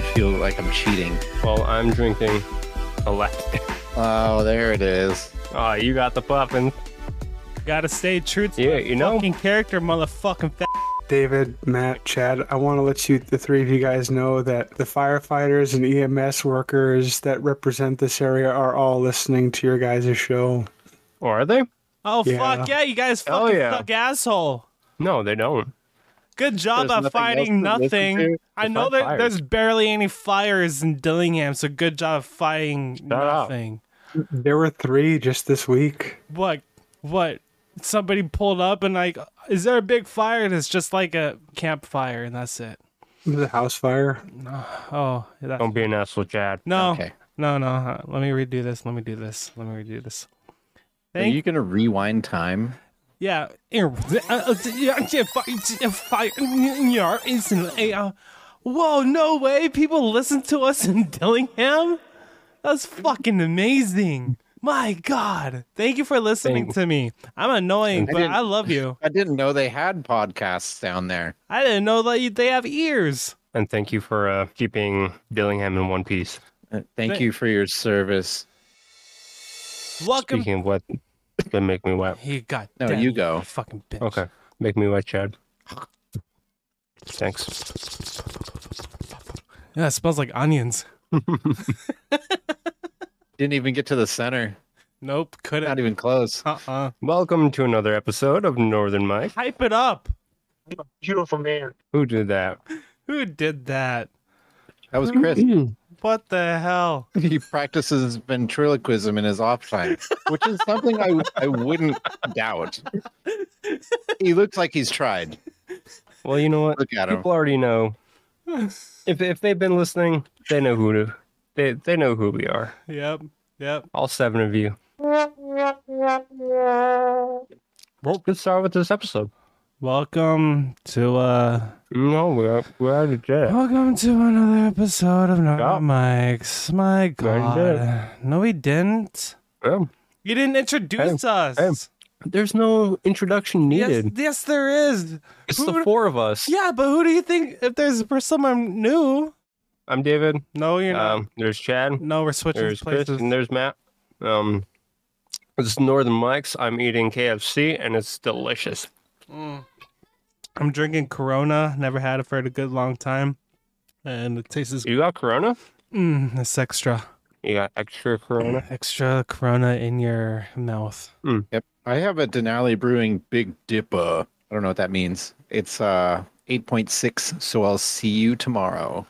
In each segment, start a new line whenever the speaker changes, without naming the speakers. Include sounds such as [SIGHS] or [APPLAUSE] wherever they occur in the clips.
I'm cheating.
Well, I'm drinking a latte.
Oh, there it is.
Oh, you got the puffin.
Gotta stay true to
Yeah,
my
you know.
fucking character, motherfucking fat.
David, Matt, Chad, I want to let you, the three of you guys, know that the firefighters and EMS workers that represent this area are all listening to your guys' show.
Or are they?
Oh
Yeah.
fuck yeah, you guys
Hell
fucking
yeah.
suck asshole.
No, they don't.
Good job
There's
at
nothing
finding
else to listen
nothing.
to?
I
They
know
find
that
fires.
there's barely any fires in Dillingham, so good job fighting
up.
nothing.
There were three just this week.
What? What? Somebody pulled up and like, is there a big fire? And it's just like a campfire, and that's it.
It was a house fire.
Oh, that.
Don't be an asshole, Chad.
No,
Okay.
no, no. huh. Let me redo this. Let me do this. Let me redo this.
Are
Thank
you gonna rewind time?
Yeah. Ew. Uh, uh, yeah, yeah, fi- yeah, fi- yeah, instantly, uh, Whoa, no way. People listen to us in [LAUGHS] Dillingham? That's fucking amazing. My God. Thank you for listening
Thank-
to me. I'm annoying,
I
but
didn't-
I love you.
I didn't know they had podcasts down there.
I didn't know that you, they have ears.
And thank you for uh, keeping Dillingham in one piece.
Uh, Thank
They-
you for your service.
Welcome.
Speaking of what, they make me wet.
He got
No, you go.
Fucking bitch.
Okay, make me wet, Chad. Thanks.
Yeah, it smells like onions.
Didn't even get to the center.
Nope.
Not
Couldn't.
even close.
Uh uh
Welcome to another episode of Northern Mike.
Hype it up.
Beautiful man.
Who did that?
Who did that?
That was [LAUGHS] Chris.
[CLEARS THROAT]
What the hell?
he practices ventriloquism in his off time, which is something I, I wouldn't doubt. He looks like he's tried.
Well, you know what?
Look at him.
People already [SIGHS] know. If if they've been listening, they know who to. They they know who we are.
Yep. Yep.
All seven of you. Well, let's start with this episode.
Welcome to uh
No, we're we're out of [GASPS] jail.
Welcome to another episode of Not
Yeah.
Mike's. My
Glad you did.
god. No we didn't.
Well,
You didn't introduce us.
hey, there's no introduction
yes,
needed.
yes there is.
it's
who
the
would-
four of us.
Yeah, but who do you think if there's for someone new?
I'm David.
No, you're not.
Um, there's Chad.
No, we're switching
There's Chris,
places.
and there's Matt. Um, this is Northern Mike's. I'm eating KFC, and it's delicious.
I'm drinking Corona. Never had it for a good long time. And it tastes as
You got Corona?
mm, it's extra.
You got extra Corona?
Extra Corona in your mouth.
Yep. I have a Denali Brewing Big Dipper. I don't know what that means. It's uh 8.6, so I'll see you tomorrow.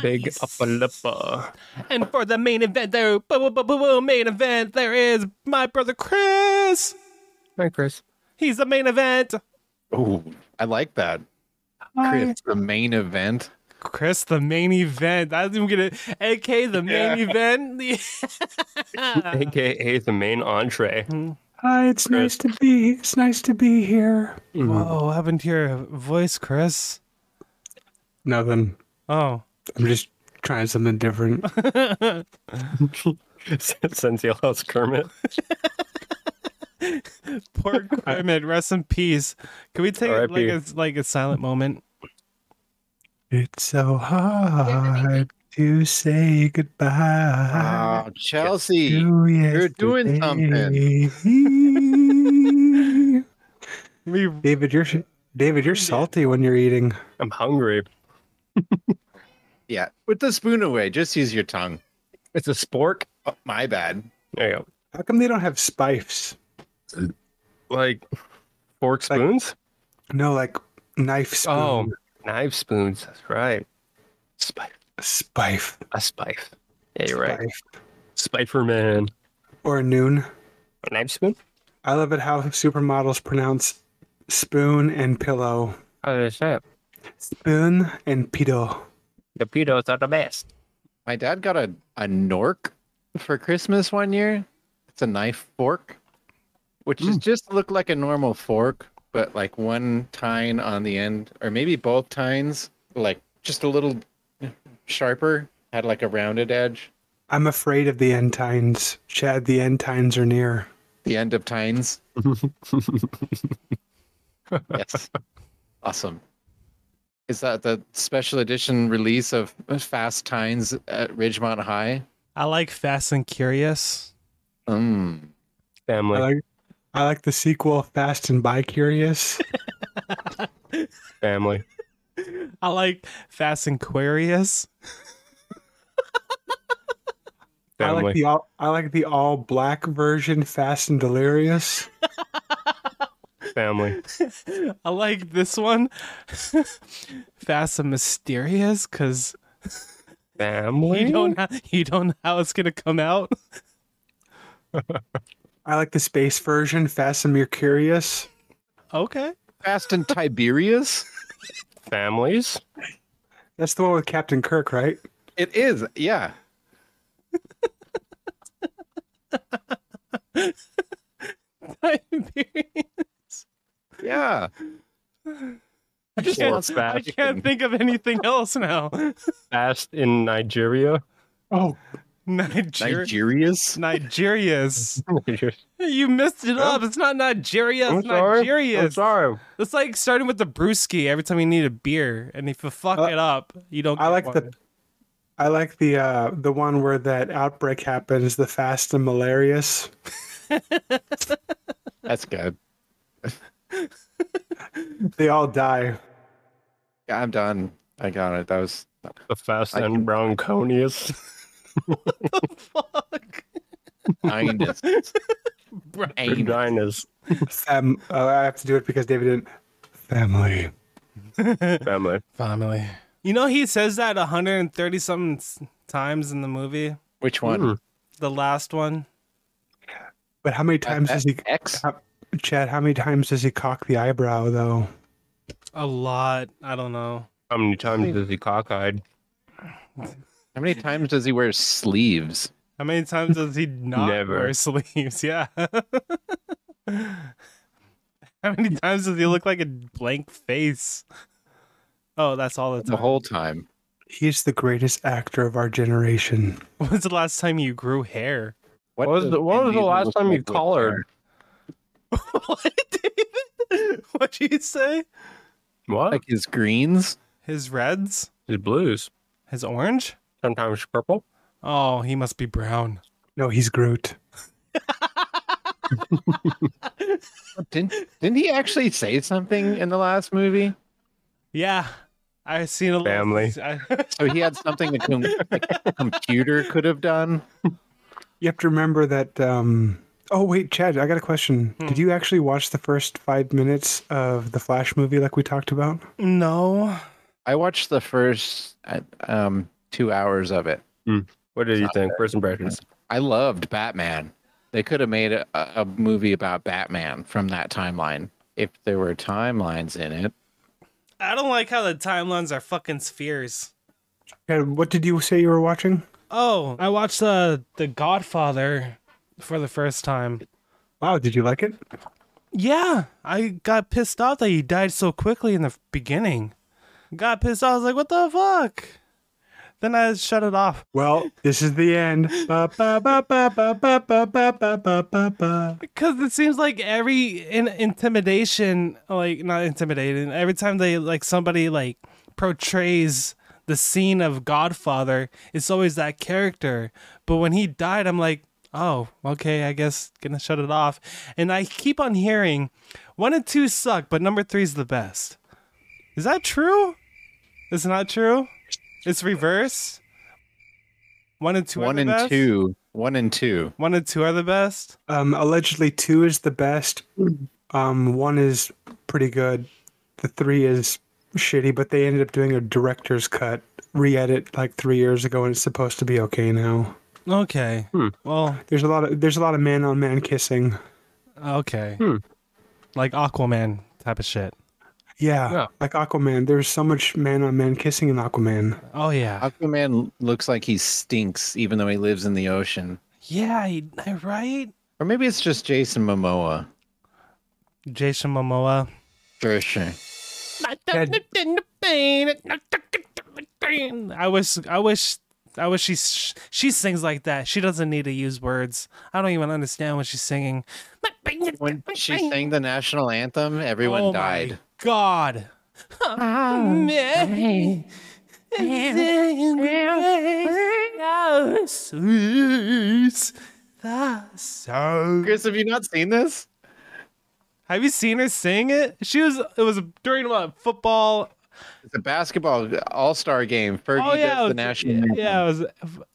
Big
Nice.
upper lipper.
And for the main event, there, boo, boo, boo, boo, boo, main event, there is my brother Chris.
Hi, Chris.
He's the main event.
Oh, I like that. Chris, the main event.
Chris, the main event. I didn't get it. AK, the main event. [LAUGHS]
AKA the main entree. [LAUGHS]
Hi, it's nice to be. It's nice to be here.
Whoa, what happened to your voice, Chris?
Nothing.
Oh,
I'm just trying something different.
Since he lost Kermit.
poor Kermit. Rest in peace. Can we take like
R.I.P..
a, like a silent moment?
It's so hard to say goodbye.
Oh, Chelsea.
You're
doing
[LAUGHS] something.
We
David, you're David, you're salty when you're eating.
I'm hungry.
Yeah. With the spoon away, just use your tongue.
It's a spork.
Oh, my bad.
There you
How come they don't have spifes?
go. Like fork spoons?
No, like knife spoon.
Oh, knife spoons. That's right. Spike.
spife.
A spike. Yeah, you're right.
Spife.
Spike for man.
Or noon.
A knife spoon?
I love it how supermodels pronounce spoon and pillow.
How did I say it?
Spoon and pedo.
The pedos are the best.
My dad got a, a nork for Christmas one year. It's a knife fork, which is just looked like a normal fork, but like one tine on the end, or maybe both tines, like just a little sharper, had like a rounded edge.
I'm afraid of the end times. Chad, the end times are near.
The end of tines. yes. Awesome. Is that the special edition release of Fast Times at Ridgemont High?
I like Fast and Curious.
Mm.
I
Family.
like, I like the sequel Fast and Bi Curious.
Family.
I like Fast and Quarious.
I
Family.
like the all I like the all black version Fast and Delirious.
[LAUGHS] Family.
I like this one. [LAUGHS] Fast and Mysterious because
Family.
you don't know, you don't know how it's gonna come out.
I like the space version Fast and Mercurious.
Okay. [LAUGHS]
Fast and Tiberius?
Families.
That's the one with Captain Kirk, right?
It is, yeah.
[LAUGHS]
Yeah.
I
Or
can't, I
fast,
can't
in,
think of anything else now. [LAUGHS]
fast in Nigeria. [LAUGHS]
Oh,
Nigeria.
Nigerius?
Nigeria's.
I'm
You missed it up. It's not Nigeria. It's
sorry. I'm
Nigeria's.
sorry.
It's like starting with the brewski every time you need a beer, and if you fuck
Uh,
I-
it up, you don't.
I
get
like
one.
the I like the uh, the one where that outbreak happens, the Fast and Malarious.
That's good.
They all die.
Yeah, I'm done. I got it. That
[LAUGHS]
was
The fast
I
and [LAUGHS] bronconius.
fuck.
kindness.
Vaginas.
Um, oh, I have to do it because David didn't. Family.
Family.
Family. You know he says that 130 something s- times in the movie.
Which one?
Mm.
The last one.
But how many times does he,
X?
Chad? How many times does he cock the eyebrow though?
A lot. I don't know.
How many times is he cockeyed?
How many times does he wear sleeves?
How many times does he not
Never.
wear [LAUGHS] sleeves? Yeah. How many times does he look like a blank face? Oh, that's all the
The
time. [LAUGHS]
whole time.
He's the great actor of our generation.
When's the last time you grew hair?
What
What was
does
the- what was
Vin
the
Diesel
last
look
time you
like with
collared?
hair?
[LAUGHS] what, David? What'd you say?
What?
Like his greens?
His reds?
His blues.
His orange?
Sometimes purple.
Oh, he must be brown.
No, he's Groot.
Didn't didn't he actually say something in the last movie?
Yeah. I've seen a lot-
Family.
[LAUGHS] I-
So he had something the, com- the computer could have done.
You have to remember that. Um... Oh wait, Chad, I got a question. Did you actually watch the first five minutes of the Flash movie, like we talked about?
no.
I watched the first uh, um, two hours of it.
What did you think? First impressions.
I loved Batman. They could have made a, a movie about Batman from that timeline if there were timelines in it.
I don't like how the timelines are fucking spheres.
Chad, what did you say you were watching?
Oh, I watched uh, The Godfather for the first time.
Wow, did you like it?
Yeah, I got pissed off that he died so quickly in the beginning. Got pissed off. I was like, what the fuck? Then I shut it off.
Well, this is the end. Ba, ba, ba, ba, ba, ba, ba, ba, ba, ba, ba, ba.
Because it seems like every in- intimidation, like not intimidating, every time they like somebody like portrays the scene of Godfather, it's always that character. But when he died, I'm like, oh, okay, I guess gonna shut it off. And I keep on hearing one and two suck, but number three is the best. Is that true? It's not true. It's reverse. One and two. are
one
the
and
best?
two. One and two.
One and two are the best.
Um, allegedly, two is the best. Um, one is pretty good. The three is shitty, but they ended up doing a director's cut re-edit like three years ago, and it's supposed to be okay now.
Okay. Well,
There's a lot of there's a lot of man on man kissing.
Okay. Like Aquaman type of shit.
Yeah,
Yeah.
like Aquaman. There's so much man on man kissing in Aquaman.
Oh yeah.
Aquaman looks like he stinks even though he lives in the ocean.
yeah, he- right?
Or maybe it's just Jason Momoa.
Jason Momoa.
For sure.
I wish I wish I wish she s- she sings like that. She doesn't need to use words. I don't even understand what she's singing.
When she sang the national anthem, everyone
Oh my
died.
God. Mary. Thou sweet, thou so-
Chris, have you not seen this?
Have you seen her sing it? She was. It was during what football?
It's a basketball all star game. Fergie
Oh yeah, it
does
was-
the national.
Yeah, it was.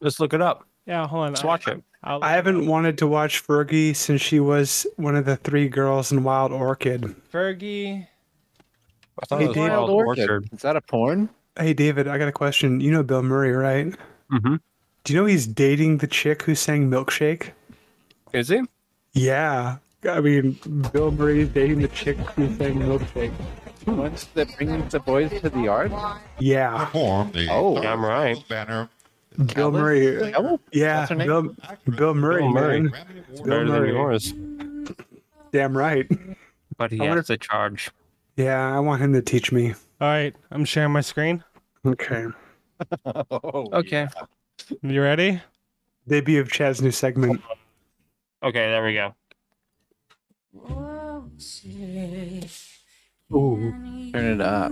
Let's look it up.
Yeah, hold on.
Let's watch it.
I'll-
I haven't wanted to watch Fergie since she was one of the three girls in Wild Orchid.
Fergie.
I thought
Hey,
it was
Dave.
Wild Orchid.
Is that a porn?
Hey, David, I got a question. You know Bill Murray, right?
Mhm.
Do you know he's dating the chick who sang Milkshake?
Is he?
Yeah. I mean, Bill Murray's dating the chick who sang Milkshake.
Once that brings the boys to the yard.
Yeah.
Form the
Oh,
third
I'm right.
Banner.
Bill Murray.
Oh,
Yeah.
That's her name?
Bill, Bill Murray,
Bill Murray.
man.
Grammy Award
Bill
Better than
Murray.
yours.
Damn right.
But he
I wonder-
has to charge.
Yeah, I want him to teach me.
All right, I'm sharing my screen.
Okay.
Okay.
You ready?
Debut of Chad's new segment.
Okay, there we go.
Turn it up.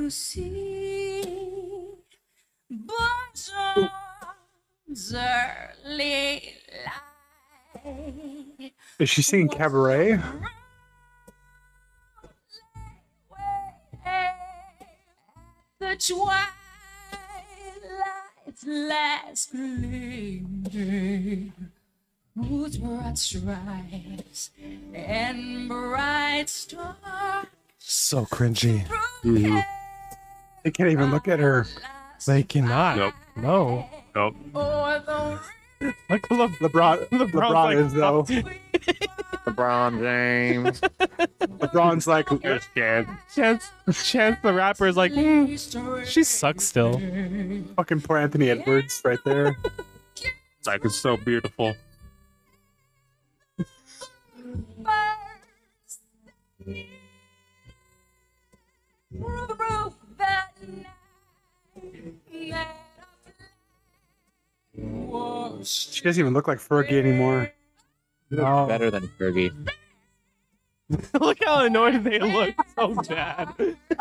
Is she singing Cabaret?
The twilight's last lingering, whose broad stripes and bright stars
So cringy.
through
I can't even look at her.
They cannot.
Nope.
No.
Nope.
o'er the
Like look.
[LAUGHS] LeBron,
[LAUGHS] LeBron's
LeBron
like-
is though.
LeBron James.
LeBron's like,
There's Jan.
Chance, Chance the rapper is like, "Hmm,
eastern
she sucks still. [LAUGHS]
fucking poor Anthony Edwards right there.
It's like it's so beautiful.
first through the roof that night that I was
She doesn't even look like Fergie anymore.
[LAUGHS]
Oh.
Better than Fergie.
look how annoyed they look. So bad.
All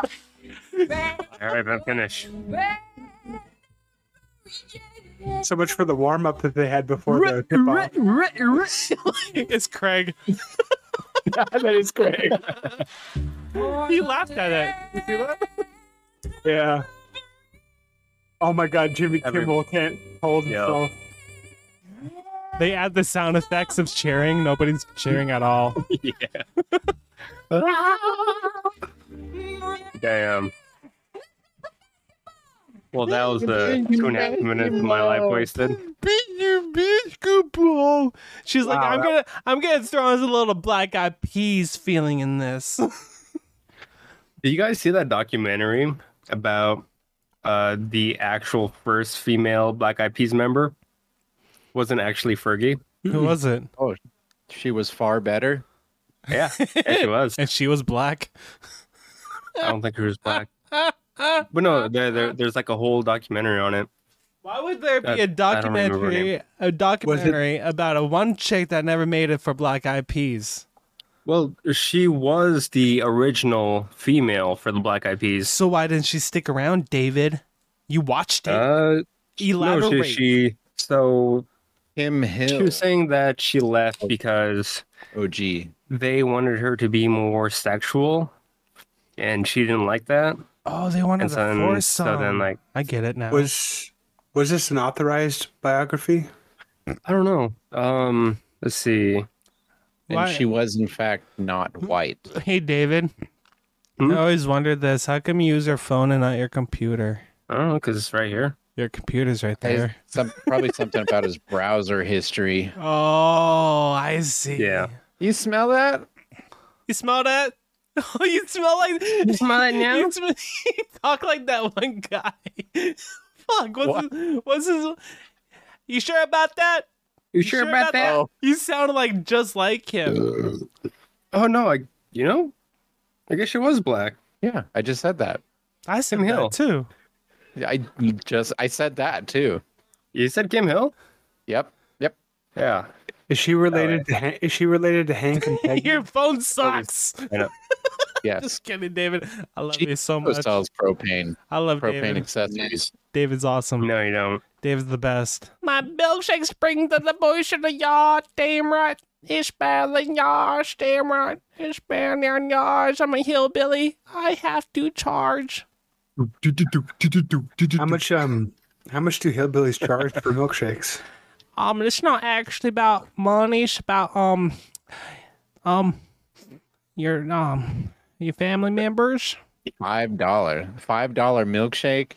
right, I'm [LAUGHS] finished.
So much for the warm up that they had before the tip off.
[LAUGHS] it's
[LAUGHS]
Craig.
that is great.
He laughed at it. You see that?
Yeah. Oh my god, Jimmy
Every-
Kimmel can't hold
Yeah.
himself.
They add the sound effects of cheering. Nobody's cheering at all.
Damn. Well, that was the two and a half minutes of my life wasted.
Beat your basketball. She's like,
Wow,
I'm
that-
gonna, I'm gonna throw in a little black eyed peas feeling in this.
Did you guys see that documentary about uh, the actual first female Black Eyed Peas member? Wasn't actually [LAUGHS] Fergie.
[LAUGHS] Who was it?
She was far better.
Yeah, yeah, she was.
And she was black.
I don't think she was black. But no, there, there, there's like a whole documentary on it.
Why would there be
That-
a
I don't remember her
documentary,
name.
a documentary about a one chick that never made it for Black Eyed Peas?
Well, she was the original female for the Black Eyed Peas.
So why didn't she stick around, David? You watched it.
Uh, no,
Elaborate.
she, she. So
Tim Hill.
she was saying that she left because
OG.
they wanted her to be more sexual, and she didn't like that.
oh, they wanted
And
to
so then-
force
so then,
some.
like-
I get it now.
Was was this an authorized biography?
I don't know. Um, let's see.
And
Why-
she was, in fact, not white.
hey, David.
Hmm?
I always wondered this. How come you use your phone and not your computer?
I don't know because it's right here.
Your computer's right
There's
there.
Some, probably something about his browser history.
Oh, I see.
Yeah.
You smell that?
You smell that? [LAUGHS] Oh, you smell like you smell like now. [LAUGHS] You, talk like that one guy. [LAUGHS] Fuck. What's
What?
His, what's his? You sure about that?
You
Oh. You sound like just like him.
Oh no! I you know, I guess she was black.
Yeah, I just said that.
I said
Tim
that
Hill.
[LAUGHS] too.
I just I said that too.
You said Kim Hill?
Yep. Yep.
Yeah.
Oh, Is she related to Han- is she related to Hank and Peggy?
Your phone sucks. [LAUGHS]
I know.
Yes.
Just kidding, David. I love you so
Those
much.
sells propane,
I love
propane
David.
accessories.
David's awesome.
No, you don't.
David's the best.
My milkshake springs to the bush in the yard, damn right. Ishmael and yards, damn right. Ishmael and yards, I'm a hillbilly. I have to charge.
How much um how much do hillbillies charge for milkshakes?
Um, it's not actually about money. It's about um, um, your um, your family members.
Five dollar, five dollar milkshake.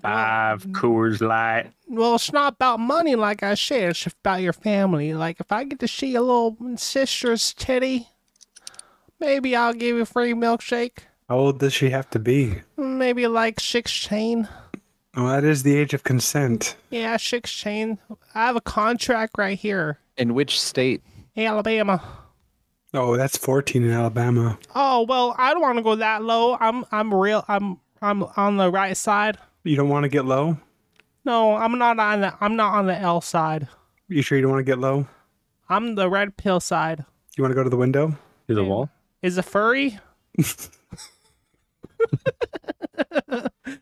Five
mm-hmm.
Coors Light.
Well, it's not about money, like I said. It's about your family. Like if I get to see a little sister's titty, maybe I'll give you a free milkshake.
How old does she have to be?
Maybe like sixteen.
Well, that is the age of consent.
Yeah, sixteen. I have a contract right here,
In which state?
Alabama.
Oh, that's 14 in Alabama.
Oh well, I don't want to go that low. I'm I'm real. I'm I'm on the right side.
You don't want to get low?
No, I'm not on the I'm not on the L side.
You sure you don't want to get low?
I'm the red pill side.
You want to go to the window?
To the wall.
Is a furry?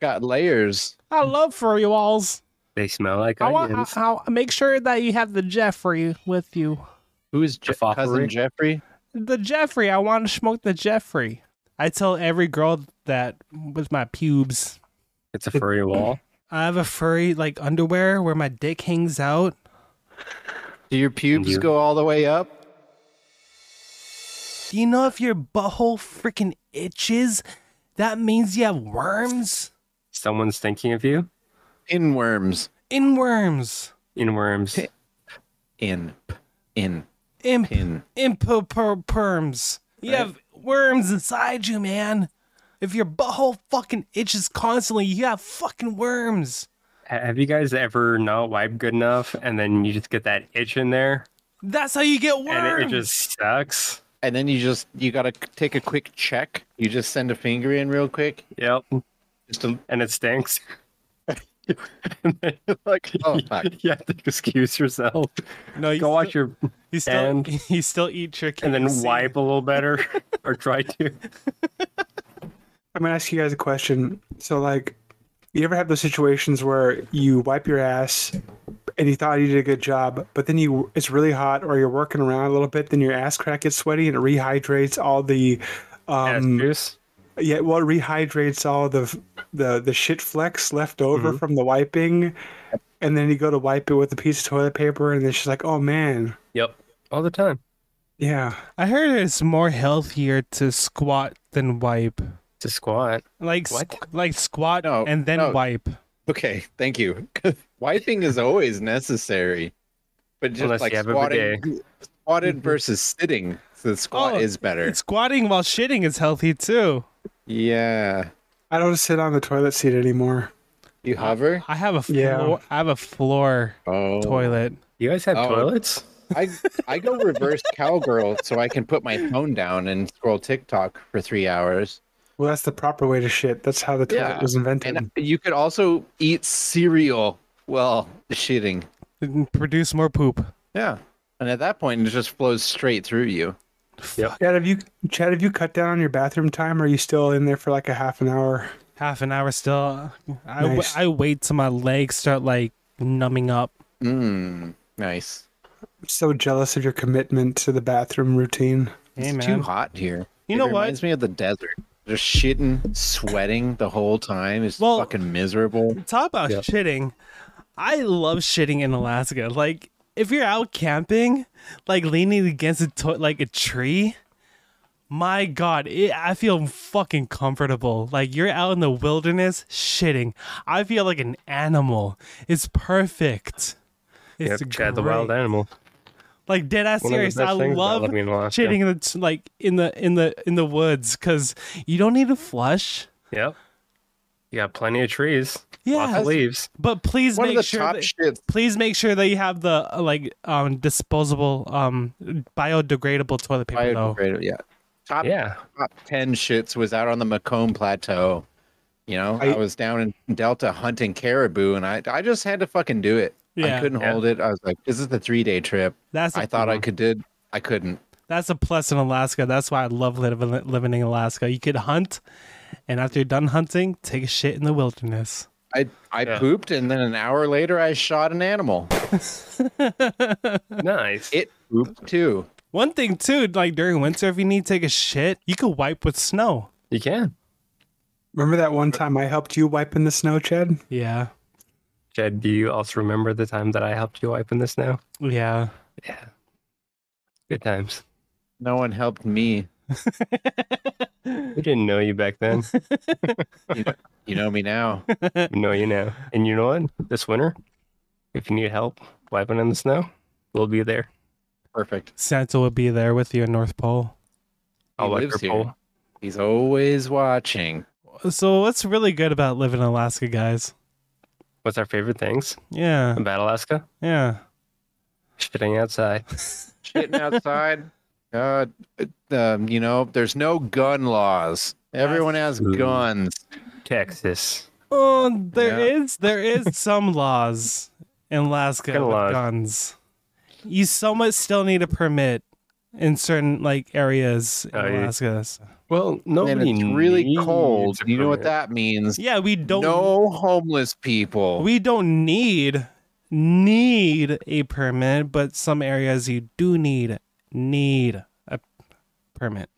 Got layers.
I love furry walls.
They smell like
Oh, I want.
onions.
I, I make sure that you have the Jeffrey with you.
Who is Je-
Jaffafery.
cousin Jeffrey?
The Jeffrey. I want to smoke the Jeffrey. I tell every girl that with my pubes.
It's a
[LAUGHS]
furry wall.
I have a furry like underwear where my dick hangs out.
Do your pubes
you.
go all the way up?
Do you know if your butthole freaking itches, that means you have worms,
Someone's thinking of you.
In worms.
inworms,
Inworms.
In. In.
imp,
In.
impoperms. You have worms inside you, man. If your butthole fucking itches constantly, you have fucking worms.
Ha- Have you guys ever not wiped good enough and then you just get that itch in there
That's how you get worms.
and it, it just sucks?
And then you just you gotta c- take a quick check. You just send a finger in real quick.
Yep.
Just to,
And it stinks. [LAUGHS] and then
like,
[LAUGHS]
oh fuck.
you have to excuse yourself.
no, you
Go wash your
You still,
and-
[LAUGHS] you still eat chicken
and
[LAUGHS]
then wipe a little better or
[LAUGHS]
try to.
I'm gonna ask you guys a question. So, like, you ever have those situations where you wipe your ass and you thought you did a good job, but then you it's really hot or you're working around a little bit, then your ass crack gets sweaty and it rehydrates all the,
Ass
um,
juice.
yeah, well, it rehydrates all the the the shit flecks left over from the wiping, and then you go to wipe it with a piece of toilet paper, and it's just like, oh man,
Yep. All the time.
yeah,
I heard it's more healthier to squat than wipe.
To squat.
Like
What?
squ- like squat
No,
and then
no.
wipe.
Okay, thank you. [LAUGHS] Wiping is always necessary, but just
Unless
like
you have a Mm-hmm.
squatting, squatted versus sitting, so the squat
Oh,
is better.
Squatting while shitting is healthy too.
Yeah,
I don't sit on the toilet seat anymore.
you hover.
I have a floor.
Yeah.
I have a floor
Oh,
toilet.
You guys have
Oh.
toilets?
I I go
[LAUGHS]
reverse cowgirl so I can put my phone down and scroll TikTok for three hours.
Well, that's the proper way to shit. That's how the toilet
Yeah,
was invented.
And you could also eat cereal while shitting.
and Produce more poop.
Yeah, and at that point it just flows straight through you.
Chad, have you Chad, have you cut down on your bathroom time? Or are you still in there for like a half an hour?
Half an hour still. I, w-
Nice.
I wait till my legs start like numbing up.
Mmm, nice.
I'm so jealous of your commitment to the bathroom routine.
Hey,
It's
man.
too hot here.
You
It
know what?
Reminds me of the desert. Just shitting, sweating the whole time. It's
Well-
fucking miserable.
Talk about shitting. I love shitting in Alaska. Like if you're out camping, like leaning against a to- like a tree, my god, it, I feel fucking comfortable. Like you're out in the wilderness shitting. I feel like an animal. It's perfect. It's
yep. Chad the wild
great.
animal.
Like dead ass
One of the
serious.
best
I
things about
love
living in Alaska.
shitting in the t- like in the in the in the woods because you don't need to flush.
Yep. You got plenty of trees. Lots
Yeah.
of leaves.
But please
One of
make
the
sure
top
that-
shits.
please make sure that you have the uh, like um disposable um biodegradable toilet paper though.
Biodegradable, yeah. Top
Yeah.
[LAUGHS]
top ten shits was out on the Macomb Plateau. You know, I,
I-
was down in Delta hunting caribou, and I I just had to fucking do it.
Yeah.
I couldn't
Yeah.
hold it. I was like, this is the three day trip.
That's
I thought I could did. I couldn't.
That's a plus in Alaska. That's why I love living, living in Alaska. You could hunt, and after you're done hunting, take a shit in the wilderness.
I I
Yeah.
pooped and then an hour later I shot an animal.
Nice.
It pooped too.
One thing too, like during winter, if you need to take a shit, you could wipe with snow.
you can.
Remember that one time I helped you wipe in the snow, Chad?
Yeah,
Jed, do you also remember the time that I helped you wipe in this now?
yeah.
Yeah. Good times.
No one helped me.
We didn't know you back
[LAUGHS]
then.
You know me now.
we know you now. And you know what? This winter, if you need help wiping in the snow, we'll be there.
Perfect.
Santa will be there with you in North Pole.
I'll wipe
lives
your
here.
pole.
He's always watching.
So what's really good about living in Alaska, guys?
What's our favorite things
Yeah,
about Alaska?
yeah.
Shitting outside.
Shitting [LAUGHS] outside. Uh, um, you know, there's no gun laws. Everyone has
Ooh.
guns.
Texas.
Oh, there
Yeah.
is there is some laws in Alaska
Kinda
with
laws.
guns. You so much still need a permit in certain like areas in
Oh, yeah.
Alaska.
Well,
and
nobody
it's really
needs
cold.
a
You know what
permit.
that means?
Yeah, we don't
no homeless people.
we don't need need a permit, but some areas you do need need a permit.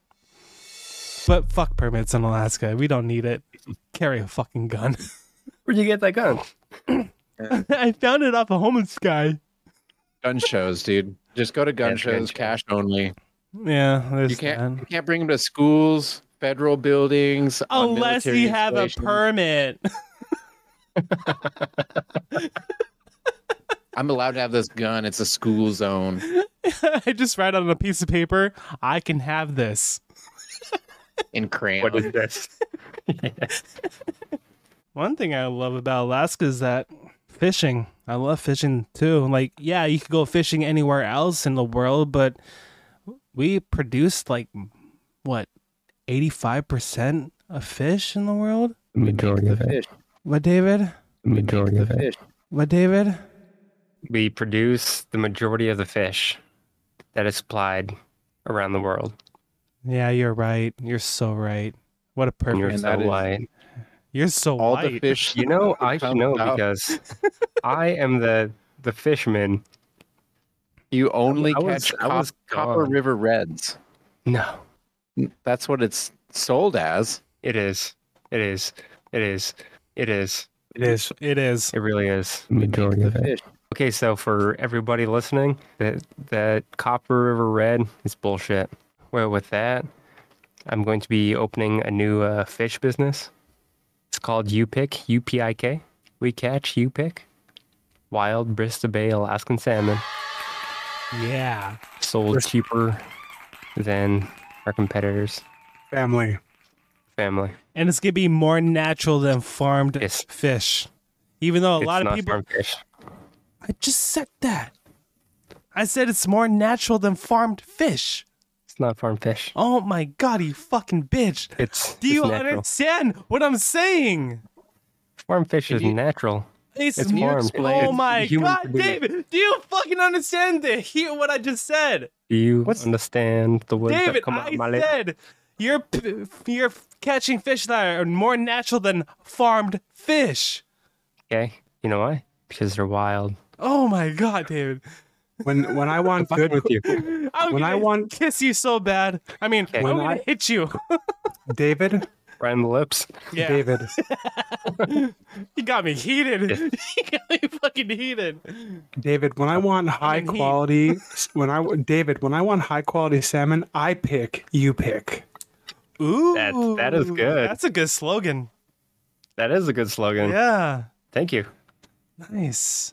But fuck permits in Alaska. We don't need it. Carry a fucking gun. [LAUGHS]
Where'd you get that gun?
I found it off a homeless guy.
gun shows, dude. Just go to gun
Yeah, it's gun
shows,
shows.
cash only.
Yeah, there's
You
that.
can't you can't bring them to schools, federal buildings, on
unless
military
you have a
installations.
permit.
I'm allowed to have this gun. It's a school zone.
[LAUGHS] I just write on a piece of paper, I can have this.
in crayon.
[LAUGHS] [LAUGHS] What is this?
One thing I love about Alaska is that fishing. I love fishing too. Like, yeah, you could go fishing anywhere else in the world, but we produce like what 85% of fish in the world?
Majority of it.
What, David?
Majority of it.
What, David?
We produce the majority of the fish that is supplied around the world.
Yeah, you're right. You're so right. What a
And
perfect.
you're
And
so
that is-
light.
You're so
All
white.
the fish. [LAUGHS]
You know, I should
comes
know
out.
because
[LAUGHS]
I am the the fishman.
You only
I was-
catch
I
cop-
was
Copper
gone.
River Reds.
No,
That's what it's sold as.
it is. It is. It is. It is.
It is.
It is.
It really is. Majority of it. Okay, so for everybody listening, that that Copper River Red is bullshit. Well, with that, I'm going to be opening a new uh, fish business. It's called U Pick. U P I K. We catch U Pick. Wild Bristol Bay Alaskan salmon
Yeah.
sold cheaper than our competitors.
Family.
Family.
and it's gonna be more natural than farmed
Yes.
fish. Even though a
It's
lot of
not
people,
farm fish.
I just said that. I said it's more natural than farmed fish.
It's not farm fish.
Oh my god, you fucking bitch!
It's,
Do
it's
you
natural.
understand what I'm saying?
Farm fish is natural.
It's,
It's
more.
farmed.
Oh
It's
my
human
god,
produced.
David! Do you fucking understand the hear what I just said,
Do you
What's-
understand the words
David?
that come out
I
of my lips?
said you're p- you're catching fish that are more natural than farmed fish.
Okay. You know why? Because they're wild.
Oh my god, David!
When when I want good
with you.
[LAUGHS] I'm
When
gonna
I want-
kiss you so bad. I mean,
Okay.
I'm
When
gonna
I-
hit you.
David,
Right on the lips.
yeah,
David,
you got me heated. [LAUGHS] you got me fucking heated.
David, when I want high
mean, he-
quality, when I David, when I want high quality salmon, I pick, you pick.
Ooh,
That- that is good. Mm.
That's a good slogan.
That is a good slogan.
Yeah,
Thank you.
nice.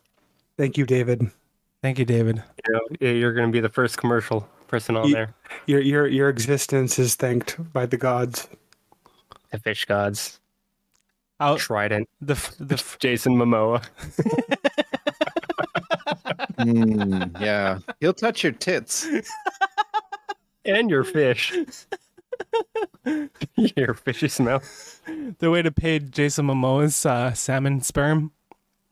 Thank you, David.
Thank you, David.
you know, you're going to be the first commercial person on
Ye-
there.
Your your your existence is thanked by the gods.
The fish gods. Oh.
Out
Trident.
the f- the f-
Jason Momoa.
Mm, yeah, he'll touch your [LAUGHS] tits.
And your [LAUGHS] fish. your fishy smell.
the way to pay Jason Momoa's uh, salmon sperm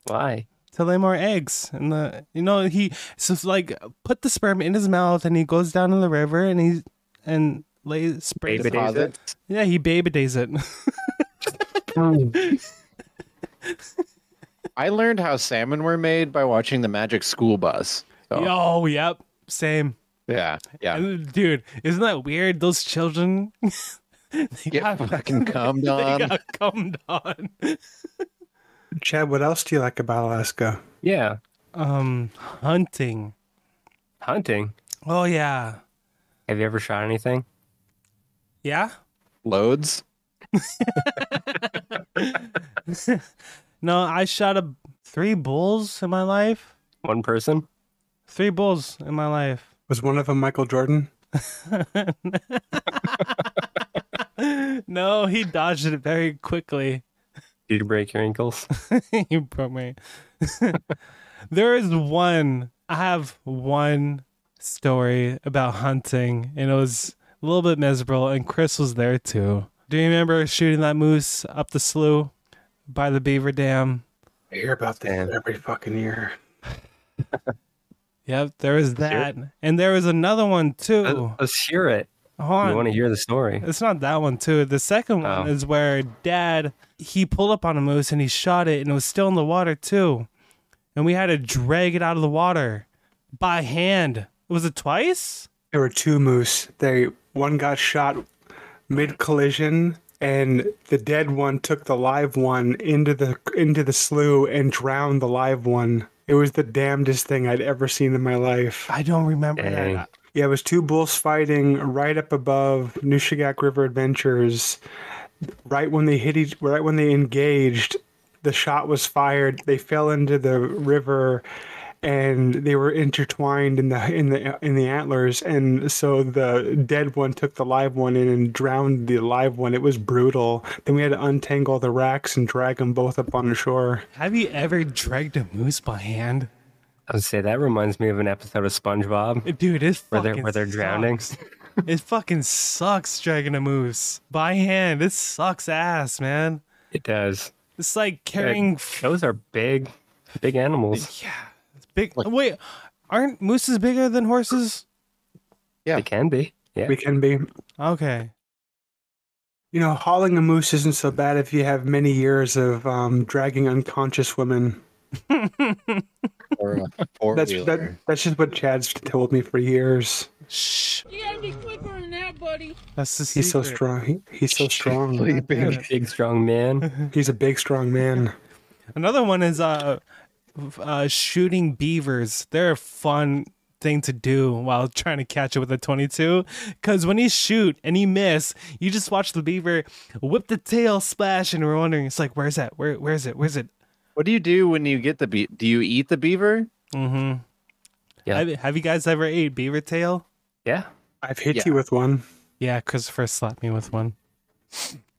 Why?
to lay more eggs. And the you know he so it's like put the sperm in his mouth, and he goes down in the river, and he and lay spray.
Baby
the-
days it.
Yeah, he baby days it.
I learned how salmon were made by watching the Magic School Bus. So, yeah,
[LAUGHS] oh, yep, same.
yeah,
And, dude, isn't that weird? Those children, [LAUGHS] they [LAUGHS]
Get
got,
fucking cummed
they
on.
got cummed on. [LAUGHS]
Chad, what else do you like about Alaska?
Yeah,
Um, hunting.
hunting.
Oh yeah,
Have you ever shot anything?
yeah.
Loads.
No, I shot a three bulls in my life.
One person?
Three bulls in my life. [LAUGHS]
Was one of them Michael Jordan?
no, he dodged it very quickly.
Did you break your
[LAUGHS]
ankles?
he broke me. [LAUGHS] there is one. I have one story about hunting, and it was a little bit miserable. And Chris was there too. Do you remember shooting that moose up the slough by the beaver dam?
I hear about this
Damn.
every fucking year.
Yep, there was that, and there was another one
Let-
too.
[LAUGHS] Let's hear it.
Hold
You
on.
want to hear the story?
It's not that one too. The second one
Oh.
is where dad he pulled up on a moose and he shot it and it was still in the water too. And we had to drag it out of the water by hand. Was it twice?
There were two moose. They one got shot mid collision, and the dead one took the live one into the into the slough and drowned the live one. It was the damnedest thing I'd ever seen in my life.
I don't remember
Dang.
that.
Yeah, it was two bulls fighting right up above Nushagak River Adventures. Right when they hit each, right when they engaged, the shot was fired. They fell into the river, and they were intertwined in the in the in the antlers. And so the dead one took the live one in and drowned the live one. It was brutal. Then we had to untangle the racks and drag them both up on the shore.
Have you ever dragged a moose by hand?
I would say that reminds me of an episode of SpongeBob
Dude, it
where they're
fucking
where they're drowning.
sucks. It fucking sucks dragging a moose by hand. It sucks ass, man.
It does.
It's like
Yeah,
carrying f-
Those Uh, are big, big
[LAUGHS]
animals.
big. Wait, aren't mooses bigger than horses?
Yeah.
They can be. Yeah.
We can be
Okay.
You know, hauling a moose isn't so bad if you have many years of um, dragging unconscious women.
Or a four
That's that, that's just what Chad's told me for years.
Shh.
You gotta be quicker than that, buddy.
That's the secret.
He's so strong. He, he's so strong.
sleeping.
Big strong man.
He's a big, strong man.
Another one is uh, f- uh, shooting beavers. They're a fun thing to do while trying to catch it with a 22 because when you shoot and you miss you just watch the beaver whip the tail splash and we're wondering it's like where's that where where's it where's it
What do you do when you get the be? Do you eat the beaver?
mm-hmm
Yeah.
have, have you guys ever ate beaver tail
Yeah.
I've hit you
[LAUGHS]
with one.
yeah christopher slapped me with one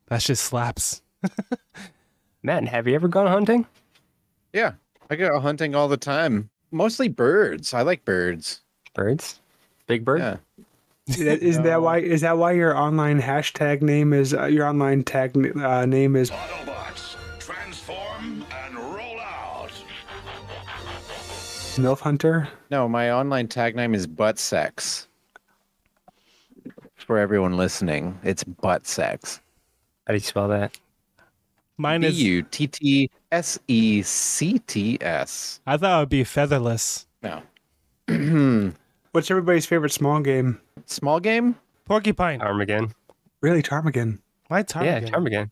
that just slaps
Matt, have you ever gone hunting?
Yeah, I go hunting all the time. Mostly birds. I like birds.
Birds? Big bird?
Yeah.
Is that- Is that why? Is that why your online hashtag name is uh, your online tag n- uh, name is?
Autobots, transform and roll out.
Milf Hunter.
No, my online tag name is butt sex. For everyone listening, it's butt sex.
How do you spell that?
mine
B
is
u t t s e c t s.
i thought it would be featherless
No,
What's everybody's favorite small game?
[CLEARS THROAT] small game.
porcupine
Armageddon.
Really, Ptarmigan.
why target
Yeah, ptarmigan.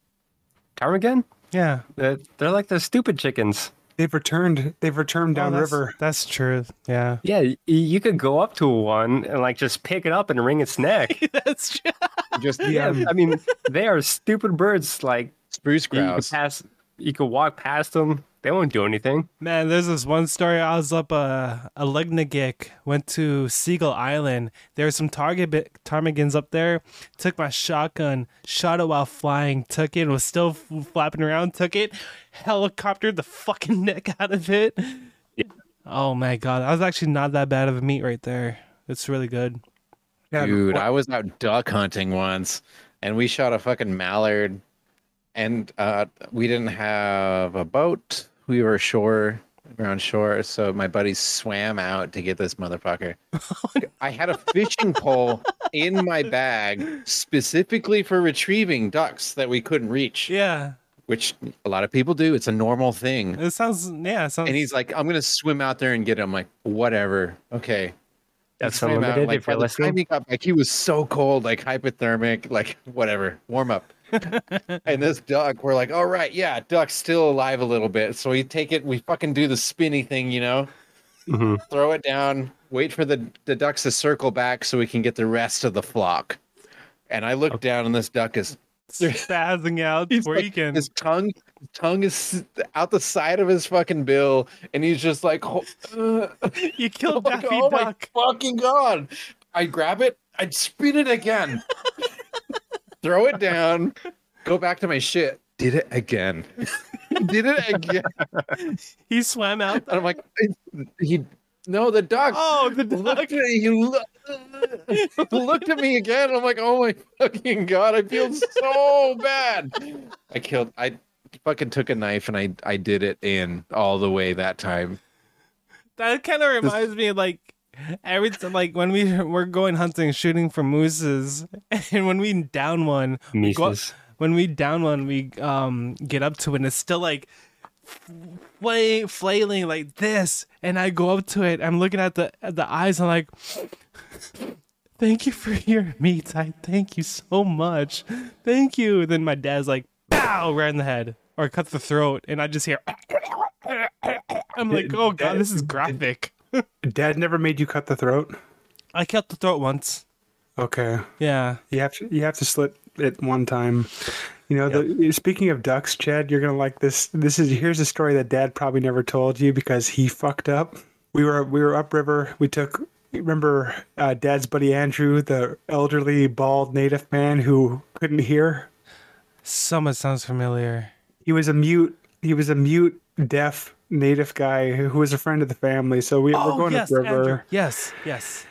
Ptarmigan?
yeah
They're, they're like those stupid chickens.
They've returned. They've returned
Oh, that's-
downriver.
That's, true. Yeah.
Yeah, y- you could go up to one and like just pick it up and wring its neck.
that's true.
[LAUGHS] Just
Yeah.
I mean, they are stupid birds. Like
spruce
you could
[LAUGHS] grouse.
pass, you could walk past them. They won't do anything.
Man, there's this one story. I was up uh, a Lugnagik, went to Seagull Island. There were some target bi- ptarmigans up there. Took my shotgun, shot it while flying, took it, was still f- flapping around, took it, helicoptered the fucking [LAUGHS] neck out of it. Oh my god, that was actually not that bad of a meat right there. It's really good.
Yeah,
Dude, I was out duck hunting once and we shot a fucking mallard and uh, we didn't have a boat. We were ashore We were on shore, so my buddies swam out to get this
[LAUGHS]
motherfucker. I had a fishing pole in my bag specifically for retrieving ducks that we couldn't reach,
Yeah.
which a lot of people do. It's a normal thing.
It sounds yeah, it sounds
And he's like, I'm gonna swim out there and get him. I'm like, whatever. Okay. He
That's
swam out,
unlimited.
like,
if
by
you're
the time
listening,
he got back, he was so cold, like hypothermic, like [LAUGHS] whatever, warm
[LAUGHS]
up. and this duck, we're like, all right, yeah, duck's still alive a little bit. So we take it, we fucking do the spinny thing, you know,
Mhm.
throw it down, wait for the, the ducks to circle back so we can get the rest of the flock. And I look down, and this duck is [LAUGHS]
spazzing out
He's
where
like-
you can
his tongue tongue is out the side of his fucking bill, and he's just like, ho- uh,
[LAUGHS] you
[LAUGHS]
killed
like,
Daffy
oh my
Duck.
fucking god! I grab it, I spin it again, throw it down, go back to my shit. Did it again? Did it again?
He swam out.
And I'm like, he no, the duck.
Oh, the
[LAUGHS]
duck.
Looked at me, he loo- looked at me again. I'm like, oh my fucking god, I feel so bad. I killed. I fucking took a knife and I I did it in all the way that time.
That kind of reminds me of like every time, like when we were going hunting, shooting for mooses, [LAUGHS] and when we down one, we go-
Mises.
when we down one, we um get up to it, and it's still like flay, flailing like this, and I go up to it. I'm looking at the at the eyes. I'm like, "Thank you for [LAUGHS] your meat. I thank you so much. Thank you." then my dad's like, "Pow!" right in the head, or cut the throat, and I just hear. [LAUGHS] I'm like, "Oh god, this is graphic."
Dad never made you cut the throat.
I cut the throat once.
Okay,
Yeah.
you have to you have to slit it one time. You know, the, speaking of ducks, Chad, you're gonna like this. This is here's a story that Dad probably never told you because he fucked up. We were we were upriver. We took remember uh, Dad's buddy Andrew, the elderly bald Native man who couldn't hear.
Some of it sounds familiar.
he was a mute he was a mute deaf native guy who was a friend of the family so we, we're going
Oh, yes,
up
Andrew.
river
Yes, yes.